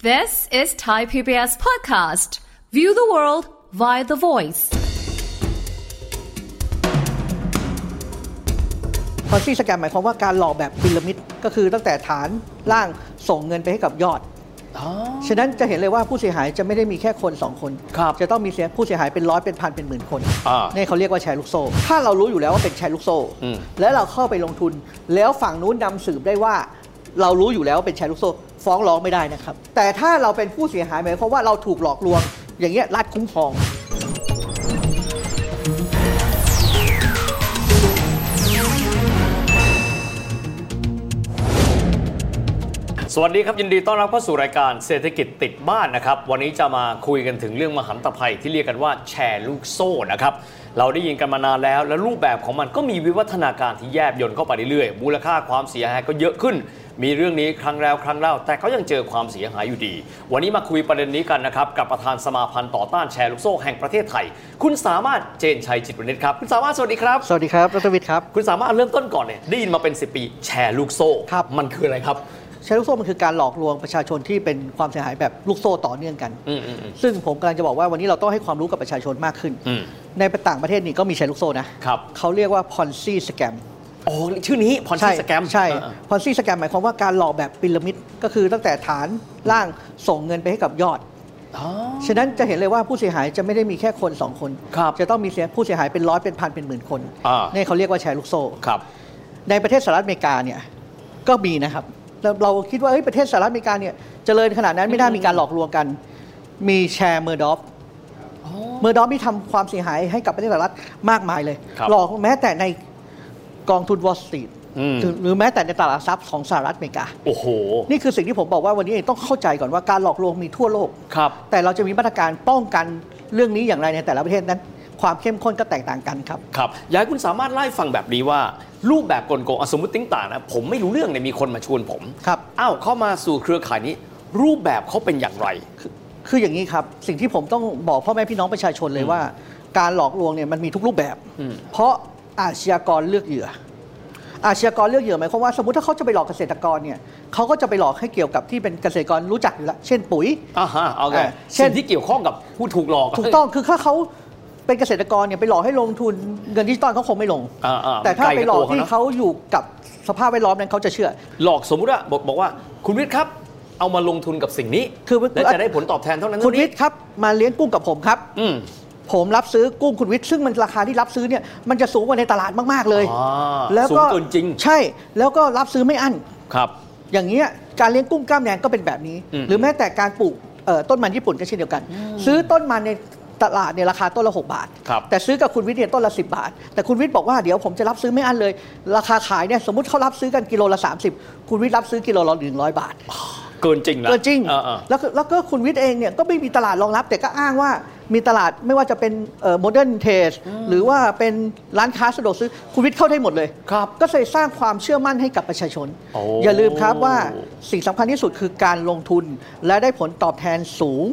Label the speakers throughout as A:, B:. A: This is Thai PBS podcast. View the world via the voice.
B: พอซี่สแกมหมายความว่าการหลอกแบบพีระมิดก็คือตั้งแต่ฐานล่างส่งเงินไปให้กับยอด
C: อ๋อ
B: ฉะนั้นจะเห็นเลยว่าผู้เสียหายจะไม่ได้มีแค่คน 2 คน
C: ครับ
B: จะต้องมีเสียผู้เสียหายเป็นร้อยเป็นพันเป็นหมื่นคน
C: อ่า
B: เนี่ยเขาเรียกว่าแชร์ลูกโซ่ ถ้าเรารู้อยู่แล้วว่าเป็นแชร์ลูกโซ่
C: อืม
B: แล้วเราเข้าไปลงทุน แล้วฝั่งนู้นนำสืบได้ว่า เรารู้อยู่แล้วว่าเป็นแชร์ลูกโซ่ ฟ้องร้องไม่ได้นะครับ แต่ถ้าเราเป็นผู้เสียหายหมายความว่าเราถูกหลอกลวง อย่างเงี้ยรัฐคุ้มครอง
C: สวัสดีครับ ยินดีต้อนรับเข้าสู่รายการเศรษฐกิจติดบ้านนะครับ วันนี้จะมาคุยกันถึงเรื่องมหันตภัยที่เรียกกันว่าแชร์ลูกโซ่นะครับเราได้ยินกันมานานแล้ว และรูปแบบของมันก็มีวิวัฒนาการที่แยบยนต์เข้าไปเรื่อยๆมูลค่าความเสียหายก็เยอะขึ้น มีเรื่องนี้ครั้งแล้วครั้งเล่า แต่ก็ยังเจอความเสียหายอยู่ดี วันนี้มาคุยประเด็นนี้กันนะครับกับประธานสมาพันธ์ต่อต้านแชร์ลูกโซ่แห่งประเทศไทย คุณสามารถเจนชัยจิตวณิชครับคุณสามารถสวัสดีครับ
B: สวัสดีครับรัตวิทย์ครับ
C: คุณสามารถเริ่มต้นก่อนเนี่ยได้ยินมาเป็น10ปีแชร์ลูกโซ่
B: ครับ
C: มันคืออะไรครับ
B: แชร์ลูกโซ่มันคือการหลอกลวงประชาชนที่เป็นความเสียหายแบบลูกโซ่ต่อเนื่องกัน
C: อืมอืมอืม
B: ซึ่งผมกำลังจะบอกว่าวันนี้เราต้องให้ความรู้กับประชาชนมากขึ้น
C: อืม
B: ในต่างประเทศนี่ก็มีแชร์ลูกโซ่นะครับ เขาเรียกว่า Ponzi Scam
C: โอ้ชื่อนี้พอนซีสแกม
B: ใช่
C: เออ
B: Ponzi Scam หมายความว่าการหลอกแบบพีระมิด ก็คือตั้งแต่ฐานล่างส่งเงินไปให้กับยอด
C: อ๋อ
B: ฉะนั้นจะเห็นเลยว่าผู้เสียหายจะไม่ได้มีแค่คนสองคน
C: ครับ
B: จะต้องมีเสียผู้เสียหายเป็นร้อยเป็นพันเป็นหมื่นคน
C: อ่า
B: เนี่ยเขาเรียกว่าแชร์ลูกโซ่
C: ครับ
B: ในประเทศสหรัฐอเมริกาเนี่ยก็มีนะครับแล้วเราคิดว่าเฮ้ยประเทศสหรัฐอเมริกาเนี่ยเจริญขนาดนั้นไม่น่ามีการหลอกลวงกัน มีแชร์เมอร์ดอฟเมอร์ดอฟนี่ทำความเสียหายให้กับประเทศสหรัฐมากมายเลย
C: ครับ
B: หลอกแม้แต่ในกองทุนวอลสตรีท
C: อืม
B: หรือแม้แต่ในตลาดทรัพย์ของสหรัฐอเมริกา
C: โอ้โห
B: นี่คือสิ่งที่ผมบอกว่าวันนี้เองต้องเข้าใจก่อนว่าการหลอกลวงมีทั่วโลก
C: ครับ
B: แต่เราจะมีมาตรการป้องกันเรื่องนี้อย่างไรในแต่ละประเทศนั้น ความเข้มข้นก็แตกต่างกันครับ
C: ครับอยากให้คุณสามารถไล่าให้ฟังแบบนี้ว่า รูปแบบกลโกงอ่ะสมมติติ้งต่างนะ ผมไม่รู้เรื่องเนี่ยมีคนมาชวนผม
B: ครับ
C: อ้าวเข้ามาสู่เครือข่ายนี้ รูปแบบเขาเป็นอย่างไร
B: คืออย่างนี้ครับ สิ่งที่ผมต้องบอกพ่อแม่พี่น้องประชาชนเลยว่า การหลอกลวงเนี่ยมันมีทุกรูปแบบ
C: อืม
B: เพราะอาชญากรเลือกเหยื่อ อาชญากรเลือกเหยื่อหมายความว่าสมมติถ้าเขาจะไปหลอกเกษตรกรเนี่ยเขาก็จะไปหลอกให้เกี่ยวกับที่เป็นเกษตรกรรู้จักอยู่แล้วเช่นปุ๋ย
C: อ่าฮะเอาไง
B: อ่าเช่น
C: สิ่งที่เกี่ยวข้องกับผู้ถูกหลอก
B: ถูกต้องคือถ้าเขาเป็นเกษตรกรเนี่ยไปหลอกให้ลงทุนเงินดิจิตอลเขาคงไม่ลง
C: อ่าๆ
B: แต่ถ้าไปหลอก
C: มันไกลกับตัวเขาเนอะ
B: ที่เขาอยู่กับสภาพแวดล้อมนั้นเขาจะเชื่อ
C: หลอกสมมุติว่าบอกบอกว่า คุณวิทย์ครับ เอามาลงทุนกับสิ่งนี้
B: คือมัน
C: และจะได้ผลตอบแทนเท่านั้น
B: คุณวิ
C: เท่านี้
B: ทย์ครับมาเลี้ยงกุ้งกับผมครับ
C: อืม
B: ผมรับซื้อกุ้งคุณวิทย์ซึ่งมันราคาที่รับซื้อเนี่ยมันจะสูงกว่าในตลาดมากๆเลย
C: อ่า
B: แล้วก็
C: สูงเกินจริง
B: ใช่แล้วก็รับซื้อไม่อั้น
C: ครับ
B: อย่างเงี้ยการเลี้ยงกุ้งกล้ามแดงก็เป็นแบบนี้
C: อืม
B: หรือแม้แต่การปลูกเอ่อต้นมันญี่ปุ่นก็เช่นเดียวกัน ซื้อต้นมันในตลาดเนี่ยราคาต้นละ 6 บาท
C: ครับ
B: แต่ซื้อกับคุณวิทย์เนี่ยต้นละ 10 บาท แต่คุณวิทย์บอกว่าเดี๋ยวผมจะรับซื้อไม่อั้นเลย ราคาขายเนี่ยสมมติเขารับซื้อกันกิโลละ 30 คุณวิทย์รับซื้อกิโลละ100 บาท
C: เกินจริงนะ
B: เกินจริง
C: อ่า
B: แล้วก็แล้วก็คุณวิทย์เองเนี่ยก็ไม่มีตลาดรองรับ แต่ก็อ้างว่ามีตลาดไม่ว่าจะเป็นโมเดิร์นเทสหรือว่าเป็นร้านค้าสะดวกซื้อคุณวิทย์เข้าได้หมดเลย
C: ครับ
B: ก็เลยสร้างความเชื่อมั่นให้กับประชาชน
C: โอ้
B: อย่าลืมครับว่าสิ่งสำคัญที่สุดคือการลงทุนและได้ผลตอบแทนสูง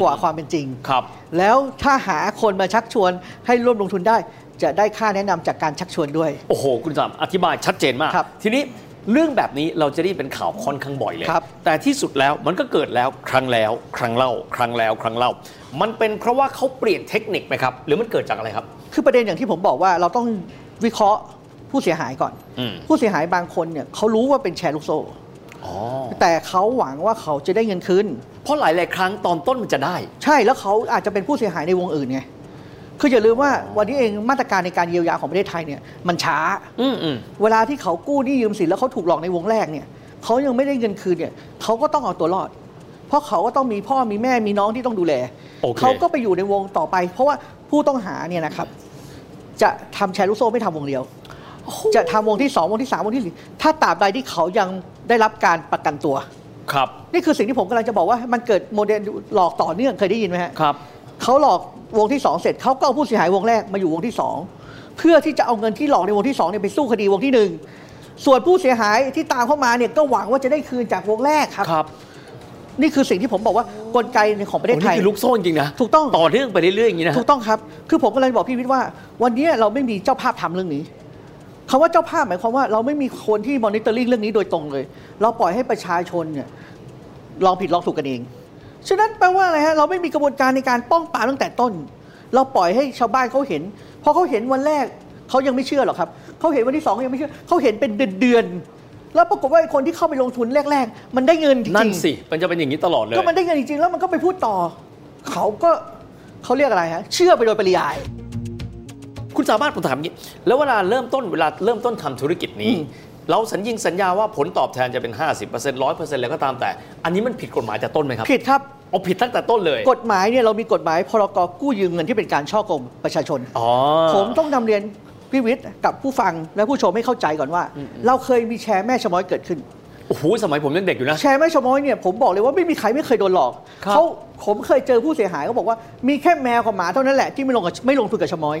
B: กว่าความเป็นจริง
C: ๆครับ
B: แล้วถ้าหาคนมาชักชวนให้ร่วมลงทุนได้ จะได้ค่าแนะนำจากการชักชวนด้วย
C: โอ้โห คุณสามอธิบายชัดเจนมาก
B: ครับ
C: ทีนี้เรื่องแบบนี้เราจะได้เป็นข่าวค่อนข้างบ่อยเลย
B: ครับ
C: แต่ที่สุดแล้วมันก็เกิดแล้วครั้งแล้ว ครั้งเล่า ครั้งแล้ว ครั้งเล่า มันเป็นเพราะว่าเขาเปลี่ยนเทคนิคไหมครับ หรือมันเกิดจากอะไรครับ
B: คือประเด็นอย่างที่ผมบอกว่าเราต้องวิเคราะห์ผู้เสียหายก่อน
C: อืม
B: ผู้เสียหายบางคนเนี่ยเขารู้ว่าเป็นแชร์ลูกโซ่
C: อ๋อ
B: แต่เขาหวังว่าเขาจะได้เงินคืน
C: เพราะหลาย ๆ ครั้งตอนต้นมันจะได้
B: ใช่แล้วเขาอาจจะเป็นผู้เสียหายในวงอื่นไงคืออย่าลืมว่าวันนี้เองมาตรการในการเยียวยาของประเทศไทยเนี่ยมันช้า
C: อืมอืม
B: เวลาที่เขากู้หนี้ยืมสินแล้วเขาถูกหลอกในวงแรกเนี่ยเขายังไม่ได้เงินคืนเนี่ยเขาก็ต้องเอาตัวรอด เพราะเขาก็ต้องมีพ่อมีแม่มีน้องที่ต้องดูแล
C: โอเค
B: เขาก็ไปอยู่ในวงต่อไป เพราะว่าผู้ต้องหาเนี่ยนะครับ จะทำแชร์ลูกโซ่ไม่ทำวงเดียว จะทำวงที่สองวงที่สามวงที่สี่ถ้าตราบใดที่เขายังได้รับการประกันตัว
C: ครับ
B: นี่คือสิ่งที่ผมกำลังจะบอกว่ามันเกิดโมเดลหลอกต่อเนื่องเคยได้ยินไหมฮะ
C: ครับ
B: เขาหลอกวงที่สองเสร็จเขาก็เอาผู้เสียหายวงแรกมาอยู่วงที่สองเพื่อที่จะเอาเงินที่หลอกในวงที่สองเนี่ยไปสู้คดีวงที่หนึ่งส่วนผู้เสียหายที่ตามเข้ามาเนี่ยก็หวังว่าจะได้คืนจากวงแรกครับ
C: ครับ
B: นี่คือสิ่งที่ผมบอกว่ากลไกของประเทศ
C: โอ้
B: ไท
C: นี่
B: ย
C: คือลูกโซ่จริงๆนะ
B: ถูกต้อง
C: ต่อเนื่องไปเรื่อย ๆ อย่างนี้นะ
B: ถูกต้องครับ คือผมกำลังจะบอกพี่วิทย์ว่า วันนี้เราไม่มีเจ้าภาพทำเรื่องนี้คำว่าเจ้าภาพหมายความว่าเราไม่มีคนที่มอนิเตอร์ลิงเรื่องนี้โดยตรงเลย เราปล่อยให้ประชาชนเนี่ย ลองผิดลองถูกกันเอง ฉะนั้นแปลว่าอะไรฮะเราไม่มีกระบวนการในการป้องปรามตั้งแต่ต้น เราปล่อยให้ชาวบ้านเขาเห็นพอเขาเห็นวันแรกเขายังไม่เชื่อหรอกครับเขาเห็นวันที่สองเขายังไม่เชื่อเขาเห็นเป็นเดือนๆแล้วปรากฏว่าไอ้คนที่เข้าไปลงทุนแรก ๆ มันได้เงินจริงๆ
C: นั่นสิ มันจะเป็นอย่างนี้ตลอดเลย
B: ก็มันได้เงินจริงๆ แล้วมันก็ไปพูดต่อ เขาก็เขาเรียกอะไรฮะ เชื่อไปโดยปริยาย
C: คุณสามารถผมถามอย่างนี้ แล้วเวลาเริ่มต้นเวลาเริ่มต้นทำธุรกิจนี้
B: อืม
C: เราสัญญิงสัญญาว่าผลตอบแทนจะเป็น 50% 100%แล้วก็ตามแต่ อันนี้มันผิดกฎหมายแต่ต้นไหมครับ
B: ผิดครับ
C: เอาผิดตั้งแต่ต้นเลย
B: กฎหมายเนี่ยเรามีกฎหมายพรกกู้ยืมเงินที่เป็นการช่อกงประชาชน
C: อ๋อ
B: ผมต้องนำเรียนพี่วิทย์กับผู้ฟังและผู้ชมให้เข้าใจก่อนว่า เราเคยมีแชร์แม่ชะม้อยเกิดขึ้น
C: โอ้โหสมัยผมยังเด็กอยู่นะ
B: แชร์แม่ชะม้อยเนี่ยผมบอกเลยว่าไม่มีใครไม่เคยโดนหลอก
C: ครับ
B: เขาผมเคยเจอผู้เสียหายเขาบอกว่ามีแค่แมวกับหมาเท่านั้นแหละที่ไม่ลงกับไม่ลงทุนกับชะม้อย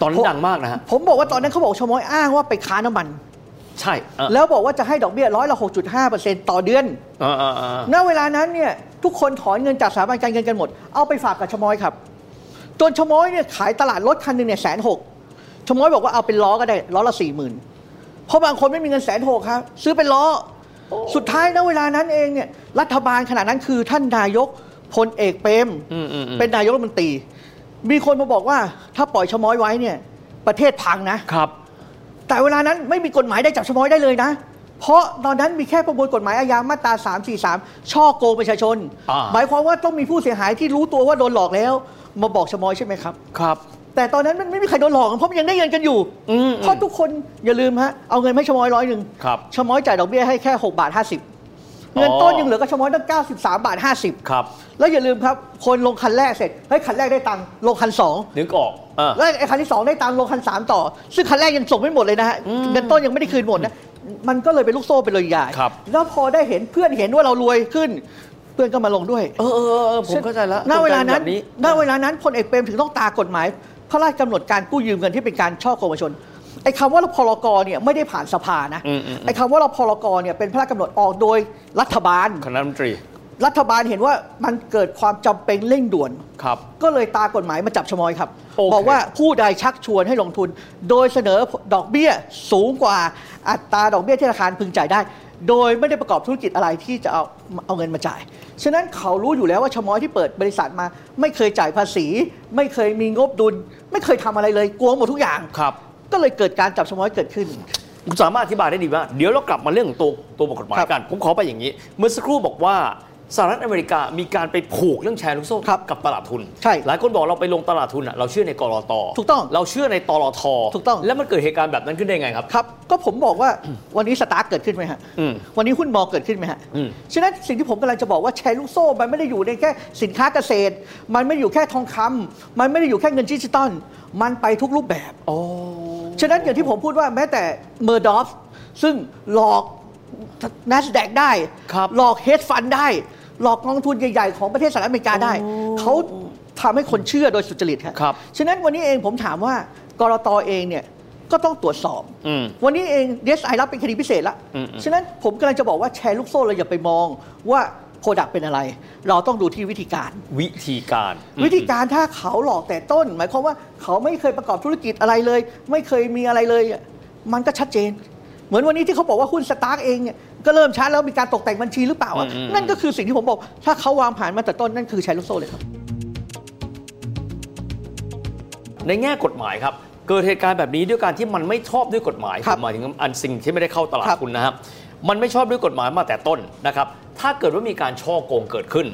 C: ตอนนั้
B: ผ
C: น
B: ม
C: ดังมากนะฮะ
B: ผมบอกว่าตอนนั้นเขาบอกชะม้อยอ้างว่าไปค้าน้ำมัน
C: ใช่เออ
B: แล้วบอกว่าจะให้ดอกเบี้ยร้อยละ6.5%ต่อเดือน
C: เออเออเออ
B: ณเวลานั้นเนี่ยทุกคนถอนเงินจากสถาบันการเงินกันหมด เอาไปฝากกับชะมอยครับจนชะมอยเนี่ยขายตลาดรถคันหนึ่งเนี่ยแสนหกชะมอยบอกว่าเอาเป็นล้อก็ได้ล้อละสี่หมื่นเพราะบางคนไม่มีเงินแสนหกครับซื้อเป็นล้อ สุดท้ายณเวลานั้นเองเนี่ยรัฐบาลขณะนั้นคือท่านนายกพลเอกเปรม
C: อืมอืมอืม
B: เป็นนายกรัฐมนตรี มีคนมาบอกว่าถ้าปล่อยชะมอยไว้เนี่ยประเทศพังนะ
C: ครับ
B: แต่เวลานั้นไม่มีกฎหมายได้จับชะมอยได้เลยนะ เพราะตอนนั้นมีแค่ประมวลกฎหมายอาญามาตรา 343 ช่อโกงประชาชน
C: อ่า
B: หมายความว่าต้องมีผู้เสียหายที่รู้ตัวว่าโดนหลอกแล้ว มาบอกชะมอยใช่ไหมครับ
C: ครับ
B: แต่ตอนนั้นมันไม่มีใครโดนหลอกเพราะมันยังได้เงินกันอยู่
C: อืมอืม
B: เพราะทุกคนอย่าลืมฮะเอาเงินให้ชะมอยร้อยหนึ่ง
C: ครับ
B: ชะมอยจ่ายดอกเบี้ยให้แค่6บาท50 เงินต้น
C: อ๋อ
B: ยังเหลือกับชะมอยตั้ง93บาท50
C: ครับ
B: แล้วอย่าลืมครับคนลงคันแรกเสร็จเฮ้ยคันแรกได้ตังค์ลงคันสอง
C: นึกออกเออ
B: แล้วไอ้คันที่สองได้ตามลงคันสามต่อ ซึ่งคันแรกยังส่งไม่หมดเลยนะฮะเงินต้นยังไม่ได้คืนหมดนะ มันก็เลยเป็นลูกโซ่เป็นเลยใหญ่
C: ครับ
B: แล้วพอได้เห็นเพื่อนเห็นว่าเรารวยขึ้น เพื่อนก็มาลงด้วย
C: เออเออเออเออผมเข้าใจแล้ว
B: ณเวลานั้
C: ก
B: น
C: รแบบนี้
B: ณเวลานั้นพลเอกเปรมถึงต้องตากฎหมาย พระราชกำหนดการกู้ยืมเงินที่เป็นการช่อโกงประชาชนไอ้คำว่าพรกเนี่ยไม่ได้ผ่านสภานะ
C: อืมอืมอืม
B: ไอ้คำว่าเราพรกเนี่ยเป็นพระราชกำหนดออกโดยรัฐบาล
C: คณะรัฐมนตรี
B: รัฐบาลเห็นว่ามันเกิดความจำเป็นเร่งด่วน
C: ครับ
B: ก็เลยตากฎหมายมาจับชะมอยครับ
C: โอเค
B: บอกว่าผู้ใดชักชวนให้ลงทุน โดยเสนอดอกเบี้ยสูงกว่าอัตราดอกเบี้ยที่ธนาคารพึงจ่ายได้ โดยไม่ได้ประกอบธุรกิจอะไรที่จะเอาเอาเงินมาจ่าย ฉะนั้นเขารู้อยู่แล้วว่าชะมอยที่เปิดบริษัทมา ไม่เคยจ่ายภาษี ไม่เคยมีงบดุล ไม่เคยทำอะไรเลยกลัวหมดทุกอย่าง
C: ครับ
B: ก็เลยเกิดการจับชะมอยเกิดขึ้น
C: คุณสามารถอธิบายได้ดีมากเดี๋ยวเรากลับมาเรื่องของตัวตัวบทกฎหมาย
B: ครับ
C: กัน ผมขอไปอย่างนี้ เมื่อสักครู่บอกว่าสหรัฐอเมริกามีการไปผูกเรื่องแชร์ลูกโซ่
B: ครับ
C: กับตลาดทุน
B: ใช่
C: หลายคนบอกเราไปลงตลาดทุนอ่ะเราเชื่อในกรอต
B: ถูกต้อง
C: เราเชื่อในตลอท
B: ถูกต้อง
C: แล้วมันเกิดเหตุการณ์แบบนั้นขึ้นได้ไงครับ
B: ครับ ก็ผมบอกว่า วันนี้สตาร์ทเกิดขึ้นไหมฮะ
C: อืม
B: วันนี้หุ้นมอเกิดขึ้นไหมฮะ
C: อืม
B: ฉะนั้นสิ่งที่ผมกำลังจะบอกว่าแชร์ลูกโซ่มันไม่ได้อยู่ในแค่สินค้าเกษตร มันไม่ได้อยู่แค่ทองคำมันไม่ได้อยู่แค่เงินดิจิตอลมันไปทุกรูปแบบ
C: อ๋อ
B: ฉะนั้นอย่างที่ผมพูดว่าแม้แต่เมอร์ดอฟซึ่งหลอก n a s d a q ได้
C: ครับ
B: หลอกเฮดฟันได้ หลอกกองทุนใหญ่ ๆ ของประเทศสหรัฐอเมริกาได้ เขาทำให้คนเชื่อโดยสุจริต
C: ครับ
B: ฉะนั้นวันนี้เองผมถามว่ากรตเองเนี่ยก็ต้องตรวจสอบ
C: อืม
B: วันนี้เองเดสไอรับเป็นคดีพิเศษละ
C: อืมอืม
B: ฉะนั้นผมกำลังจะบอกว่าแชร์ลูกโซ่เราอย่าไปมองว่าโปรดักเป็นอะไร เราต้องดูที่วิธีการ
C: วิธีการ
B: วิธีการถ้าเขาหลอกแต่ต้น หมายความว่าเขาไม่เคยประกอบธุรกิจอะไรเลย ไม่เคยมีอะไรเลยอ่ะมันก็ชัดเจน เหมือนวันนี้ที่เขาบอกว่าหุ้นสตาร์กเองเนี่ยก็เริ่มชัดแล้วมีการตกแต่งบัญชีหรือเปล่าอ่ะนั่นก็คือสิ่งที่ผมบอก ถ้าเขาวางแผนมาแต่ต้นนั่นคือแชร์ลูกโซ่เลยครับ
C: ในแง่กฎหมายครับ เกิดเหตุการณ์แบบนี้ด้วยการที่มันไม่ชอบด้วยกฎหมาย
B: ครับ
C: ผมหมายถึงอันสิ่งที่ไม่ได้เข้าตลาด
B: ครับ
C: ทุนนะครับ มันไม่ชอบด้วยกฎหมายมาแต่ต้นนะครับ ถ้าเกิดว่ามีการช่อโกงเกิดขึ้น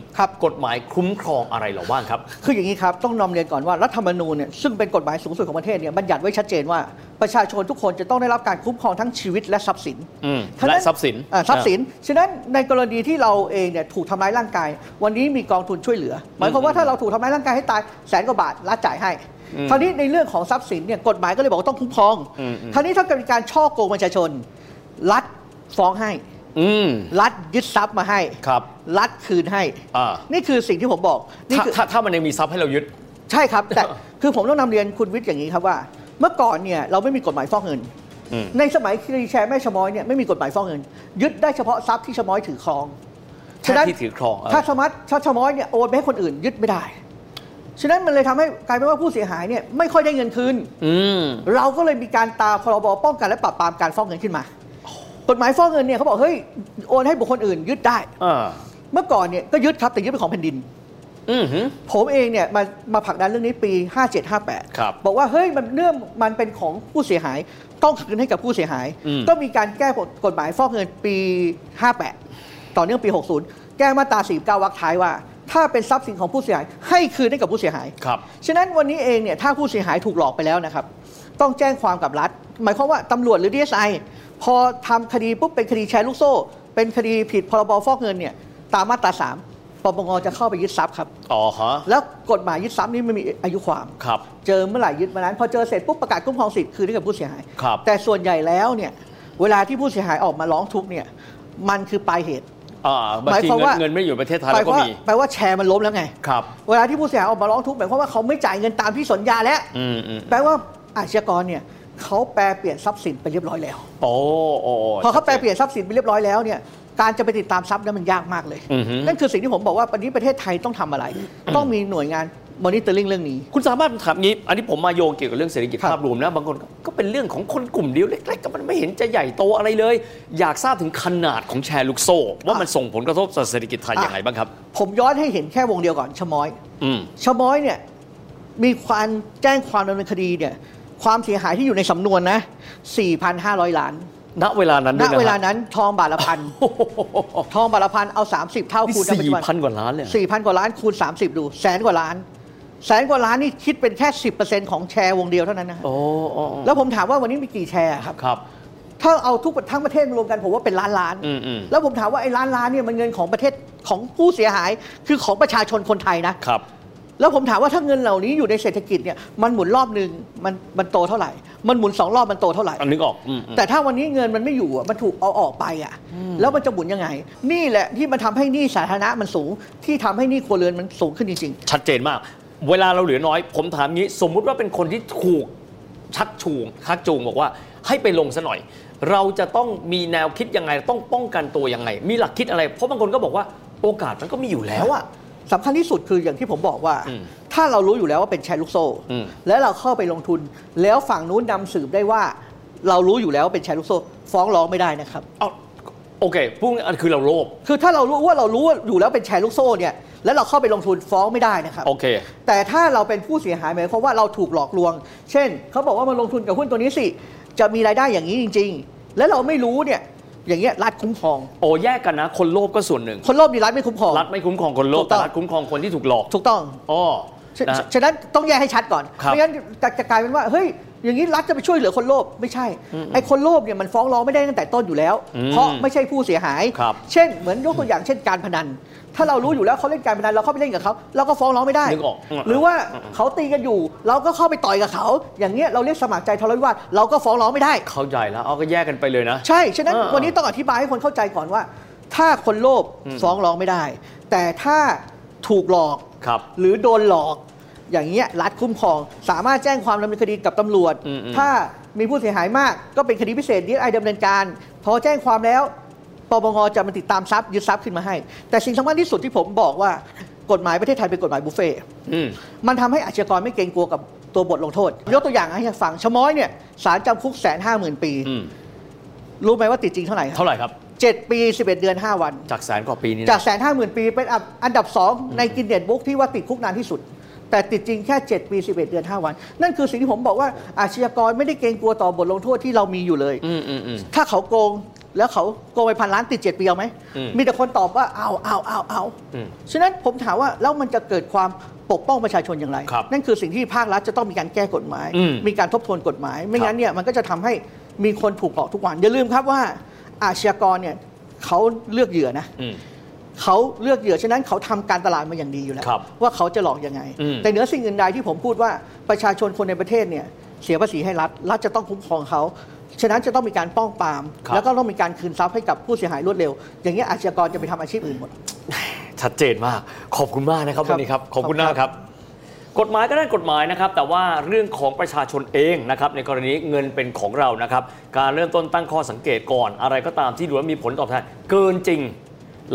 C: กฎหมายคุ้มครองอะไรเราบ้างครับ
B: คืออย่างนี้ครับ ต้องนอมเรียนก่อนว่ารัฐธรรมนูญเนี่ยซึ่งเป็นกฎหมายสูงสุดของประเทศเนี่ยบัญญัติไว้ชัดเจนว่าประชาชนทุกคนจะต้องได้รับการคุ้มครองทั้งชีวิตและทรัพย์สิน
C: อืม
B: ฉนั้น
C: และทรัพย์สิน
B: อ่าทรัพย์สินฉะนั้นในกรณีที่เราเองเนี่ยถูกทำร้ายร่างกาย วันนี้มีกองทุนช่วยเหลือ หมายความว่าถ้าเราถูกทำร้ายร่างกายให้ตายแสนกว่าบาทรัฐจ่ายให้
C: อืม
B: คราวนี้ในเรื่องของทรัพย์สินเนี่ยกฎหมายก็เลยบอกว่าต้องคุ้มครอง
C: อืมอืม
B: คราวนี้ถ้าเกิดมีการช่อโกงประชาชน รัฐฟ้องให้
C: อืม
B: รัฐยึดทรัพย์มาให้
C: ครับ
B: รัฐคืนให้
C: อ่า
B: นี่คือสิ่งที่ผมบอกนี่
C: ถ้า
B: คือ
C: ถ้าถ้ามันยังมีทรัพย์ให้เรายึด
B: ใช่ครับ แต่ คือผมต้องนำเรียนคุณวิทย์อย่างนี้ครับว่า เมื่อก่อนเนี่ยเราไม่มีกฎหมายฟอกเงิน
C: อืม
B: ในสมัยคดีแชร์แม่ชะม้อยเนี่ยไม่มีกฎหมายฟอกเงิน ยึดได้เฉพาะทรัพย์ที่ชะม้อยถือครอง ฉะ
C: แค่
B: นั้น
C: ที่ถือครองเออ
B: ถ้าชะมัดถ้าชะม้อยเนี่ยโอนไปให้คนอื่นยึดไม่ได้ ฉะนั้นมันเลยทำให้กลายเป็นว่าผู้เสียหายเนี่ยไม่ค่อยได้เงินคืน
C: อืม
B: เราก็เลยมีการตราพรบป้องกันและปราบปรามการฟอกเงินขึ้นมา กฎหมายฟอกเงินเนี่ยเขาบอกเฮ้ยโอนให้บุคคลอื่นยึดได้
C: อ่า
B: เมื่อก่อนเนี่ยก็ยึดครับแต่ยึดเป็นของแผ่นดิน
C: อือหือ
B: ผมเองเนี่ยมามาผลักดันเรื่องนี้ปี 5758
C: ครับ
B: บอกว่าเฮ้ยมันเรื่องมันเป็นของผู้เสียหาย ต้องคืนให้กับผู้เสียหาย
C: อืม
B: ก็มีการแก้กฎกฎหมายฟอกเงินปี 58 ต่อเนื่องปี 60 แก้มาตรา49วรรคท้ายว่า ถ้าเป็นทรัพย์สินของผู้เสียหาย ให้คืนให้กับผู้เสียหาย
C: ครับ
B: ฉะนั้นวันนี้เองเนี่ยถ้าผู้เสียหายถูกหลอกไปแล้วนะครับ ต้องแจ้งความกับรัฐ หมายความว่าตำรวจหรือดีเอสไอพอทำคดีปุ๊บเป็นคดีแชร์ลูกโซ่ เป็นคดีผิดพรบฟอกเงินเนี่ยตามมาตราสามปปงจะเข้าไปยึดทรัพย์ครับ
C: อ๋อฮะ
B: แล้วกฎหมายยึดทรัพย์นี่ไม่มีอายุความ
C: ครับ
B: เจอเมื่อไหร่ยึดมานั้น พอเจอเสร็จปุ๊บประกาศคุ้มครองสิทธิ์คืนให้กับผู้เสียหาย
C: ครับ
B: แต่ส่วนใหญ่แล้วเนี่ยเวลาที่ผู้เสียหายออกมาร้องทุกข์เนี่ยมันคือปลายเหตุ
C: อ่าบั
B: ห
C: ญชี
B: มายความ
C: เงิน
B: ว่า
C: เงินไม่อยู่ประเทศไทย
B: แปล
C: เราก็
B: ว่า
C: มี
B: แปลว่าแชร์มันล้มแล้วไง
C: ครับ
B: เวลาที่ผู้เสียหายออกมาร้องทุกข์หมายความว่าเขาไม่จ่ายเงินตามที่สัญญาแล้ว
C: อืมอืม
B: แปลว่าอาชญากรเนี่ยเขาแปลเปลี่ยนทรัพย์สินไปเรียบร้อยแล้ว
C: โอ้โอ้
B: พอเขาแปลเปลี่ยนทรัพย์สินไปเรียบร้อยแล้วเนี่ยการจะไปติดตามทรัพย์นั้นมันยากมากเลย
C: อือฮึ
B: นั่นคือสิ่งที่ผมบอกว่าวันนี้ประเทศไทยต้องทำอะไร ต้องมีหน่วยงานมอนิเตอร์ลิงเรื่องนี้
C: คุณสามารถถามงี้ อันนี้ผมมาโยงเกี่ยวกับเรื่องเศรษฐกิจ
B: ครับ
C: ภาพรวมนะ บางคนก็ก็เป็นเรื่องของคนกลุ่มเดียวเล็กๆก็มันไม่เห็นจะใหญ่โตอะไรเลย อยากทราบถึงขนาดของแชร์ลูกโซ่ ว่ามันส่งผลกระทบต่อเศรษฐกิจไทยอย่างไรบ้างครับ
B: ผมย้อนให้เห็นแค่วงเดียวก่อนชะม้อย
C: อืม
B: ชะม้อยเนี่ยมีความแจ้งความดำเนินคดีเนี่ยความเสียหายที่อยู่ในสำนวนนะ 4,500 ล้าน
C: ณเวลานั้น
B: ณ
C: ด้วยนะ
B: เวลานั้นทองบาทละ พัน
C: โอ้โห
B: ทองบาทละพันเอา 30 เท่าคูณณปัจ
C: นี่
B: จุบัน
C: พันกว่าล้านเลยอะ
B: สี่พันกว่าล้านคูณ 30 ดู แสนกว่าล้าน แสนกว่าล้านนี่คิดเป็นแค่ 10%ของแชร์วงเดียวเท่านั้นนะครับ
C: โอ้โอ้
B: แล้วผมถามว่าวันนี้มีกี่แชร์ครับ
C: ครับ
B: ถ้าเอาทุกทั้งประเทศมารวมกันผมว่าเป็นล้านล้าน
C: อืมอืม
B: แล้วผมถามว่าไอ้ล้านล้านเนี่ยมันเงินของประเทศของผู้เสียหายคือของประชาชนคนไทยนะ
C: ครับ
B: แล้วผมถามว่าถ้าเงินเหล่านี้อยู่ในเศรษฐกิจเนี่ยมันหมุนรอบหนึ่งมันมันโตเท่าไหร่ มันหมุนสองรอบมันโตเท่าไหร่
C: อันนึกออกอืมอืม
B: แต่ถ้าวันนี้เงินมันไม่อยู่อะมันถูกเอาออกไปอ่ะ แล้วมันจะหมุนยังไง นี่แหละที่มันทำให้หนี้สาธารณะมันสูง ที่ทำให้หนี้ครัวเรือนมันสูงขึ้นจริง ๆ
C: ชัดเจนมาก เวลาเราเหลือน้อย ผมถามงี้ สมมุติว่าเป็นคนที่ถูกชักจูงชักจูงบอกว่าให้ไปลงซะหน่อย เราจะต้องมีแนวคิดยังไง ต้องป้องกันตัวยังไง มีหลักคิดอะไร เพราะบางคนก็บอกว่าโอกาสมันก็มีอยู่แล้
B: แล้ว ว
C: อะ
B: อะสำคัญที่สุดคืออย่างที่ผมบอกว่า
C: อืม
B: ถ้าเรารู้อยู่แล้วว่าเป็นแชร์ลูกโซ่
C: อืม
B: แล้วเราเข้าไปลงทุน แล้วฝั่งนู้นนำสืบได้ว่า เรารู้อยู่แล้วว่าเป็นแชร์ลูกโซ่ ฟ้องร้องไม่ได้นะครับ
C: เอาโอเคพรุ่งนี้อันคือเราโลภ
B: คือถ้าเรารู้ว่าเรารู้ว่าอยู่แล้วเป็นแชร์ลูกโซ่เนี่ยแล้วเราเข้าไปลงทุนฟ้องไม่ได้นะครับ
C: โอเค
B: แต่ถ้าเราเป็นผู้เสียหายหมายความว่าเราถูกหลอกลวง เช่น เขาบอกว่ามาลงทุนกับหุ้นตัวนี้สิ จะมีรายได้อย่างนี้จริง ๆ แล้วเราไม่รู้เนี่ยอย่างเงี้ยรัฐคุ้มครอง
C: โอแยกกันนะ คนโลภก็ส่วนหนึ่ง
B: คนรอบนี้รัฐไม่คุ้มครอง
C: รัฐไม่คุ้มครองคนโลภ
B: ถูกต้อ
C: แต่
B: ง
C: รัฐคุ้มครองคนที่ถูกหลอก
B: ถูกต้อง
C: อ้อ
B: ฉะ
C: นะ
B: ฉะฉะนั้นต้องแยกให้ชัดก่อน
C: ครับ
B: ไม่งั้นจะจะกลายเป็นว่าเฮ้ยอย่างนี้รัฐจะไปช่วยเหลือคนโลภไม่ใช่ ไอ้คนโลภเนี่ยมันฟ้องร้องไม่ได้ตั้งแต่ต้นอยู่แล้ว
C: อืม
B: เพราะไม่ใช่ผู้เสียหาย
C: ครับ
B: เช่นเหมือนยกตัวอย่างเช่นการพนัน ถ้าเรารู้อยู่แล้วเขาเล่นการพนันเราเข้าไปเล่นกับเขาเราก็ฟ้องร้องไม่ได้
C: นึกออกอืม
B: หรือว่าเขาตีกันอยู่ เราก็เข้าไปต่อยกับเขา อย่างเงี้ยเราเรียกสมัครใจทะเลาะวิวาทเราก็ฟ้องร้องไม่ได้
C: เข้าใจแล้วเอาก็แยกกันไปเลยนะ
B: ใช่ ฉะนั้น
C: อ่า
B: วันนี้ต้องอธิบายให้คนเข้าใจก่อนว่า ถ้าคนโลภฟ้องร้องไม่ได้ แต่ถ้าถูกหลอก
C: ครับ
B: หรือโดนหลอก อย่างเงี้ยรัฐคุ้มครอง สามารถแจ้งความดำเนินคดีกับตำรวจ
C: อืมอืม
B: ถ้ามีผู้เสียหายมากก็เป็นคดีพิเศษดีไอดำเนินการ พอแจ้งความแล้วปปงจะมาติดตามทรัพย์ยึดทรัพย์ขึ้นมาให้ แต่สิ่งสำคัญที่สุดที่ผมบอกว่ากฎหมายประเทศไทยเป็นกฎหมายบุฟเฟ่ต์
C: อืม
B: มันทำให้อาชญากรไม่เกรงกลัวกับตัวบทลงโทษ ยกตัวอย่างให้ฟังชะม้อยเนี่ยสารจำคุกแสนห้าหมื่นปี
C: อืม
B: รู้ไหมว่าติดจริงเท่าไหร่ครับ
C: เท่าไหร่ครับ
B: เจ็ดปีสิบเอ็ดเดือนห้าวัน
C: จากแสนกว่าปีนี้นะ
B: จากแสนห้าหมื่นปีเป็นอันอันดับสองในกินเดนบุ๊กที่ว่าติดคุกนานที่สุด แต่ติดจริงแค่ 7 ปี 11 เดือน 5 วัน นั่นคือสิ่งที่ผมบอกว่าอาชญากรไม่ได้เกรงกลัวต่อบทลงโทษที่เรามีอยู่เลย
C: อืมอืมอืม
B: ถ้าเขาโกงแล้วเขาโกงไปพันล้านติด 7 ปีเอาไหม
C: อืม
B: มีแต่คนตอบว่าเอาเอาเอาเอา
C: อืม
B: ฉะนั้นผมถามว่าแล้วมันจะเกิดความปกป้องประชาชนอย่างไร
C: ครับ
B: นั่นคือสิ่งที่ภาครัฐจะต้องมีการแก้กฎหมาย
C: อืม
B: มีการทบทวนกฎหมาย ไม่งั้นเนี่ยมันก็จะทำให้มีคนถูกหลอกทุกวัน อย่าลืมครับว่าอาชญากรเนี่ยเขาเลือกเหยื่อนะ
C: อืม
B: เขาเลือกเหยื่อฉะนั้นเขาทำการตลาดมาอย่างดีอยู่แล้ว
C: ครับ
B: ว่าเขาจะหลอกยังไง
C: อืม
B: แต่เหนือสิ่งอื่นใดที่ผมพูดว่าประชาชนคนในประเทศเนี่ยเสียภาษีให้รัฐรัฐจะต้องคุ้มครองเขาฉะนั้นจะต้องมีการป้องปราม
C: ครับ
B: แล้วก็ต้องมีการคืนทรัพย์ให้กับผู้เสียหายรวดเร็ว อย่างนี้ยอาชญากรจะไปทำอาชีพอื่นหมด
C: ชัดเจนมาก ขอบคุณมากนะครับ
B: ครับ
C: วันนี้ครับ ขอบ
B: ข
C: คุณ
B: อบคุณ
C: มากครับ กฎหมายก็ได้กฎหมายนะครับ แต่ว่าเรื่องของประชาชนเองนะครับในกรณีเงินเป็นของเรานะครับ การเริ่มต้นตั้งข้อสังเกตก่อน อะไรก็ตามที่ดูว่ามีผลตอบแทนเกินจริง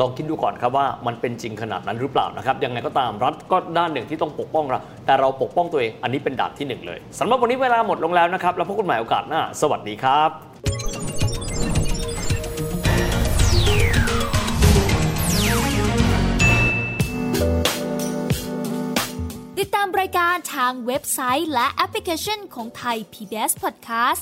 C: ลองคิดดูก่อนครับว่ามันเป็นจริงขนาดนั้นหรือเปล่านะครับยังไงก็ตามรัฐก็ด้านหนึ่งที่ต้องปกป้องเรา แต่เราปกป้องตัวเองอันนี้เป็นดาบที่หนึ่งเลยสำหรับวันนี้เวลาหมดลงแล้วนะครับแล้วพบกันใหม่โอกาสหน้าสวัสดีครับ
D: Thank ติดตามรายการทางเว็บไซต์และแอปพลิเคชันของไทย PBS Podcast